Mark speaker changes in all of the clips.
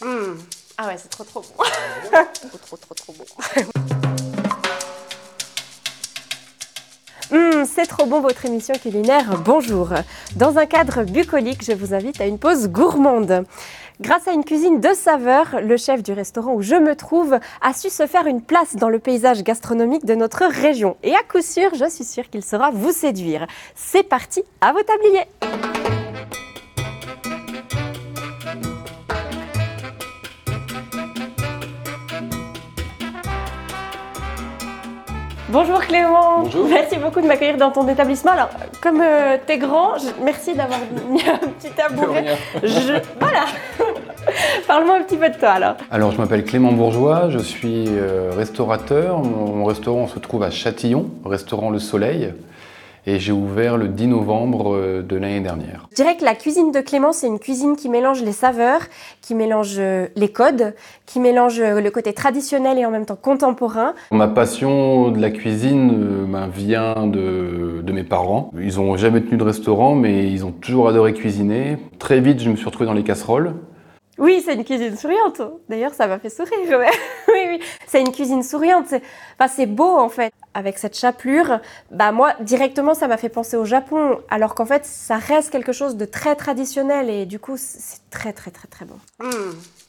Speaker 1: Mmh. Ah ouais, c'est trop trop bon. trop trop trop trop bon. Mmh, c'est trop bon votre émission culinaire, bonjour. Dans un cadre bucolique, je vous invite à une pause gourmande. Grâce à une cuisine de saveur, le chef du restaurant où je me trouve a su se faire une place dans le paysage gastronomique de notre région. Et à coup sûr, je suis sûre qu'il saura vous séduire. C'est parti, à vos tabliers Bonjour Clément.
Speaker 2: Bonjour.
Speaker 1: Merci beaucoup de m'accueillir dans ton établissement. Alors, comme euh, t'es grand, je- merci d'avoir mis un petit tabouret. Je... Voilà. Parle-moi un petit peu de toi alors.
Speaker 2: Alors, je m'appelle Clément Bourgeois, je suis euh, restaurateur. Mon, mon restaurant se trouve à Châtillon, restaurant Le Soleil, et j'ai ouvert le 10 novembre euh, de l'année dernière.
Speaker 1: Je dirais que la cuisine de Clément, c'est une cuisine qui mélange les saveurs, qui mélange euh, les codes, qui mélange euh, le côté traditionnel et en même temps contemporain.
Speaker 2: Ma passion de la cuisine euh, ben, vient de, de mes parents. Ils n'ont jamais tenu de restaurant, mais ils ont toujours adoré cuisiner. Très vite, je me suis retrouvé dans les casseroles.
Speaker 1: Oui, c'est une cuisine souriante. D'ailleurs, ça m'a fait sourire. ouais. oui, oui. C'est une cuisine souriante. C'est enfin, c'est beau, en fait. Avec cette chapelure, bah, moi, directement, ça m'a fait penser au Japon. Alors qu'en fait, ça reste quelque chose de très traditionnel. Et du coup, c'est très, très, très, très bon.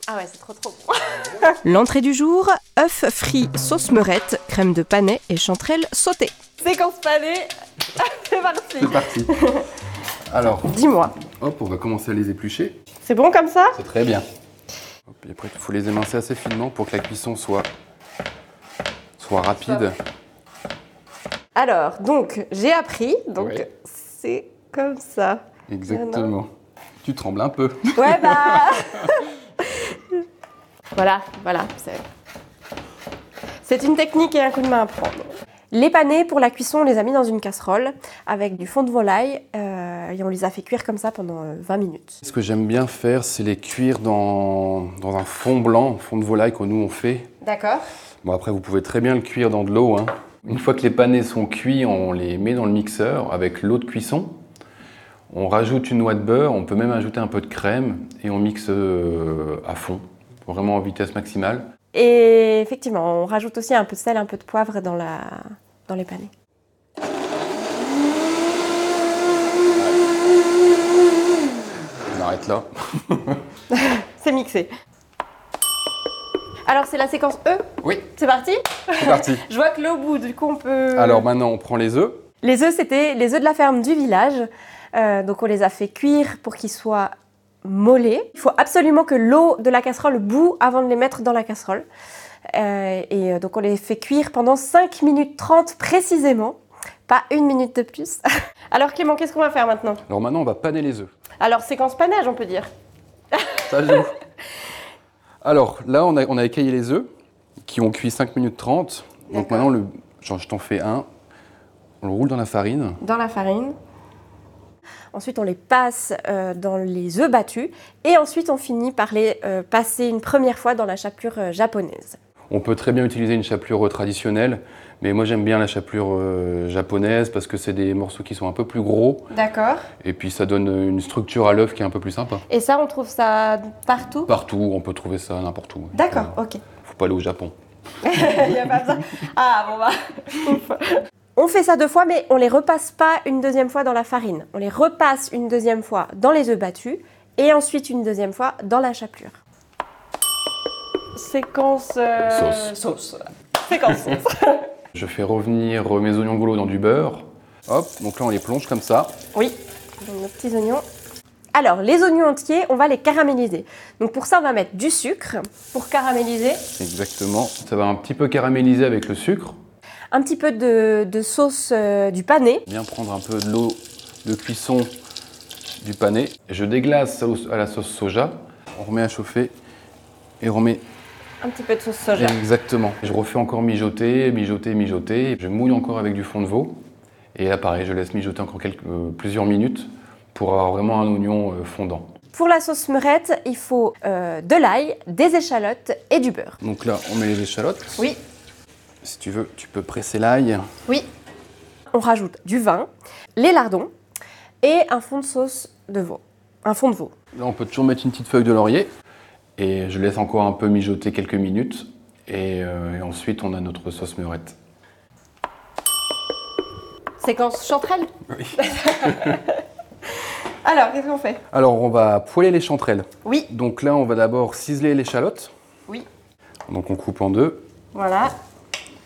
Speaker 1: Ah ouais, c'est trop, trop bon.
Speaker 3: L'entrée du jour, œufs frits sauce meurette, crème de panais et chanterelle sautée.
Speaker 1: Séquence panée. c'est parti.
Speaker 2: C'est parti Alors,
Speaker 1: Dis-moi,
Speaker 2: hop, on va commencer à les éplucher.
Speaker 1: c'est bon comme ça
Speaker 2: C'est très bien. Et après, il faut les émincer assez finement pour que la cuisson soit, soit rapide.
Speaker 1: Alors, donc, j'ai appris. Donc,
Speaker 2: Ouais.
Speaker 1: c'est comme ça.
Speaker 2: Exactement. Tu trembles un peu.
Speaker 1: Ouais, bah. voilà, voilà. c'est- C'est une technique et un coup de main à prendre. Les panés, pour la cuisson, on les a mis dans une casserole avec du fond de volaille euh, et on les a fait cuire comme ça pendant euh, 20 minutes.
Speaker 2: Ce que j'aime bien faire, c'est les cuire dans, dans un fond blanc, fond de volaille que nous on fait.
Speaker 1: D'accord.
Speaker 2: Bon, après, vous pouvez très bien le cuire dans de l'eau. hein. Une fois que les panés sont cuits, on les met dans le mixeur avec l'eau de cuisson. On rajoute une noix de beurre, on peut même ajouter un peu de crème et on mixe euh, à fond, vraiment en vitesse maximale.
Speaker 1: Et effectivement, on rajoute aussi un peu de sel, un peu de poivre dans, la... dans les panés.
Speaker 2: On arrête là.
Speaker 1: C'est mixé. Alors, c'est la séquence E
Speaker 2: Oui,
Speaker 1: C'est parti
Speaker 2: c'est parti.
Speaker 1: Je vois que l'eau bout, du coup, on peut.
Speaker 2: Alors maintenant, on prend les œufs.
Speaker 1: Les œufs, c'était les œufs de la ferme du village. Euh, donc on les a fait cuire pour qu'ils soient mollets. Il faut absolument que l'eau de la casserole boue avant de les mettre dans la casserole. Euh, et euh, donc on les fait cuire pendant 5 minutes 30 précisément. Pas une minute de plus. Alors Clément, qu'est-ce qu'on va faire maintenant
Speaker 2: Alors maintenant, on va paner les œufs.
Speaker 1: Alors séquence panage, on peut dire.
Speaker 2: Ça joue. Alors là, on a, on a écaillé les œufs qui ont cuit 5 minutes 30. Donc
Speaker 1: D'accord.
Speaker 2: maintenant, le, genre, je t'en fais un. On le roule dans la farine.
Speaker 1: Dans la farine. Ensuite, on les passe euh, dans les œufs battus. Et ensuite, on finit par les euh, passer une première fois dans la chapelure euh, japonaise.
Speaker 2: On peut très bien utiliser une chapelure euh, traditionnelle, mais moi j'aime bien la chapelure euh, japonaise parce que c'est des morceaux qui sont un peu plus gros
Speaker 1: D'accord.
Speaker 2: et puis ça donne une structure à l'œuf qui est un peu plus sympa.
Speaker 1: Et ça, on trouve ça partout
Speaker 2: Partout, on peut trouver ça n'importe où.
Speaker 1: D'accord, ok.
Speaker 2: Euh, Faut pas aller au Japon.
Speaker 1: Il y a pas besoin. Ah, bon bah. On fait ça deux fois, mais on les repasse pas une deuxième fois dans la farine. On les repasse une deuxième fois dans les œufs battus et ensuite une deuxième fois dans la chapelure. Séquence. euh,
Speaker 2: Sauce.
Speaker 1: Séquence sauce.
Speaker 2: Je fais revenir euh, mes oignons gaulois dans du beurre. Hop, donc là on les plonge comme ça.
Speaker 1: oui, nos petits oignons. Alors, les oignons entiers, on va les caraméliser. Donc, pour ça, on va mettre du sucre pour caraméliser.
Speaker 2: Exactement. Ça va un petit peu caraméliser avec le sucre.
Speaker 1: Un petit peu de, de sauce euh, du pané.
Speaker 2: Bien prendre un peu de l'eau de cuisson du pané. Je déglace ça au- à la sauce soja. On remet à chauffer et on remet
Speaker 1: Un petit peu de sauce soja.
Speaker 2: exactement. Je refais encore mijoter, mijoter, mijoter. Je mouille encore avec du fond de veau. Et là, pareil, je laisse mijoter encore quelques- euh, plusieurs minutes pour avoir vraiment un oignon euh, fondant.
Speaker 1: Pour la sauce meurette, il faut euh, de l'ail, des échalotes et du beurre.
Speaker 2: Donc là, on met les échalotes.
Speaker 1: Oui.
Speaker 2: Si tu veux, tu peux presser l'ail.
Speaker 1: Oui. On rajoute du vin, les lardons et un fond de sauce de veau. Un fond de veau.
Speaker 2: Là, on peut toujours mettre une petite feuille de laurier. Et je laisse encore un peu mijoter quelques minutes. Et, euh, et ensuite, on a notre sauce meurette.
Speaker 1: Séquence chanterelle
Speaker 2: Oui.
Speaker 1: Alors, qu'est-ce qu'on fait
Speaker 2: Alors, on va poêler les chanterelles.
Speaker 1: Oui,
Speaker 2: Donc là, on va d'abord ciseler l'échalote.
Speaker 1: oui,
Speaker 2: Donc on coupe en deux.
Speaker 1: voilà.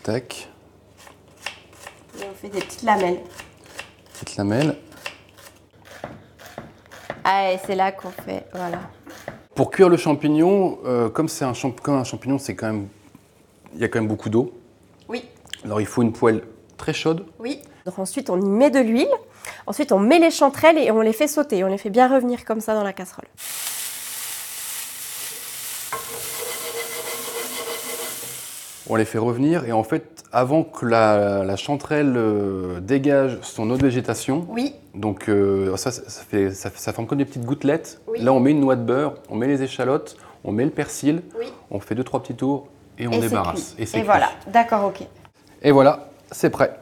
Speaker 2: Tac,
Speaker 1: Et on fait des petites lamelles.
Speaker 2: petite lamelle.
Speaker 1: Ah, et c'est là qu'on fait, voilà.
Speaker 2: Pour cuire le champignon, euh, comme c'est un, champ- comme un champignon, c'est quand même, il y a quand même beaucoup d'eau.
Speaker 1: Oui,
Speaker 2: Alors il faut une poêle très chaude.
Speaker 1: oui. Donc ensuite, on y met de l'huile. Ensuite, on met les chanterelles et on les fait sauter. On les fait bien revenir comme ça dans la casserole.
Speaker 2: On les fait revenir et en fait, avant que la, la chanterelle euh, dégage son eau de végétation,
Speaker 1: Oui,
Speaker 2: donc euh, ça, ça, fait, ça, ça forme comme des petites gouttelettes.
Speaker 1: Oui.
Speaker 2: Là, on met une noix de beurre, on met les échalotes, on met le persil,
Speaker 1: oui.
Speaker 2: on fait deux trois petits tours et on
Speaker 1: Et c'est
Speaker 2: débarrasse.
Speaker 1: cuit.
Speaker 2: c'est cuit.
Speaker 1: voilà, d'accord, ok.
Speaker 2: Et voilà, c'est prêt.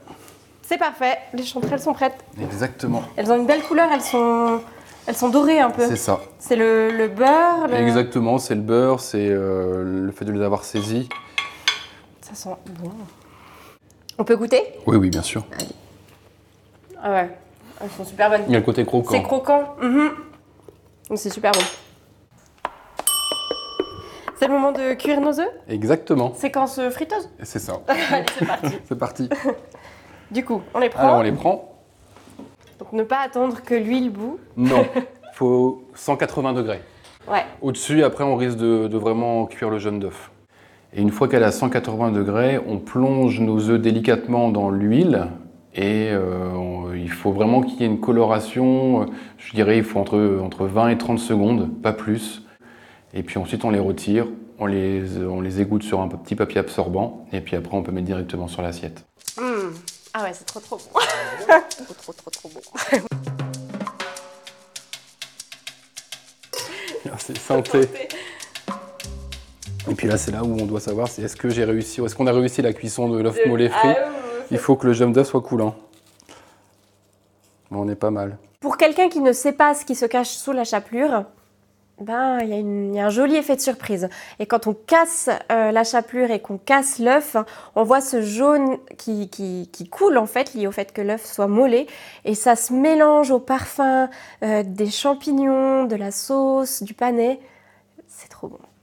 Speaker 1: C'est parfait, les chanterelles sont prêtes.
Speaker 2: Exactement.
Speaker 1: Elles ont une belle couleur, elles sont, elles sont dorées un peu.
Speaker 2: C'est ça.
Speaker 1: C'est le, le beurre, le...
Speaker 2: Exactement, c'est le beurre, c'est euh, le fait de les avoir saisis.
Speaker 1: Ça sent bon. On peut goûter
Speaker 2: Oui, oui, bien sûr.
Speaker 1: Ah ouais, elles sont super bonnes.
Speaker 2: Il y a le côté croquant.
Speaker 1: C'est croquant. mhm. Donc C'est super bon. C'est le moment de cuire nos œufs
Speaker 2: Exactement.
Speaker 1: Séquence euh, friteuse
Speaker 2: C'est ça.
Speaker 1: Allez, c'est parti.
Speaker 2: C'est parti.
Speaker 1: Du coup, on les prend.
Speaker 2: Alors on les prend.
Speaker 1: Donc ne pas attendre que l'huile boue.
Speaker 2: Non. Faut 180 degrés.
Speaker 1: Ouais,
Speaker 2: Au-dessus, après, on risque de, de vraiment cuire le jaune d'œuf. Et une fois qu'elle est à 180 degrés, on plonge nos œufs délicatement dans l'huile. Et euh, on- il faut vraiment qu'il y ait une coloration. euh, Je dirais, il faut entre, entre 20 et 30 secondes, pas plus. Et puis ensuite, on les retire, on les, euh, on les égoutte sur un petit papier absorbant. Et puis après, on peut mettre directement sur l'assiette.
Speaker 1: Mm. Ah ouais, c'est trop trop bon. trop trop trop trop bon.
Speaker 2: Ah, C'est santé. Et puis là, c'est là où on doit savoir, c'est est-ce que j'ai réussi ou est-ce qu'on a réussi la cuisson de Ah l'œuf mollet
Speaker 1: Ah
Speaker 2: frit Il faut que le jaune d'œuf soit coulant. Bon, on est pas mal.
Speaker 1: Pour quelqu'un qui ne sait pas ce qui se cache sous la chapelure, ben il y, a une- il y a un joli effet de surprise. Et quand on casse euh, la chapelure et qu'on casse l'œuf, on voit ce jaune qui, qui- qui coule en fait, lié au fait que l'œuf soit mollet, et ça se mélange au parfum euh, des champignons, de la sauce, du panais. C'est trop bon.